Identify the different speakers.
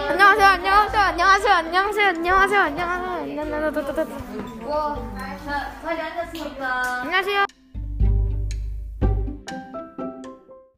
Speaker 1: 안녕하세요 안녕하세요 안녕하세요 안녕하세요 안녕하세요 안녕하세요
Speaker 2: 와, 자, 자리 앉았습니까?
Speaker 1: 안녕하세요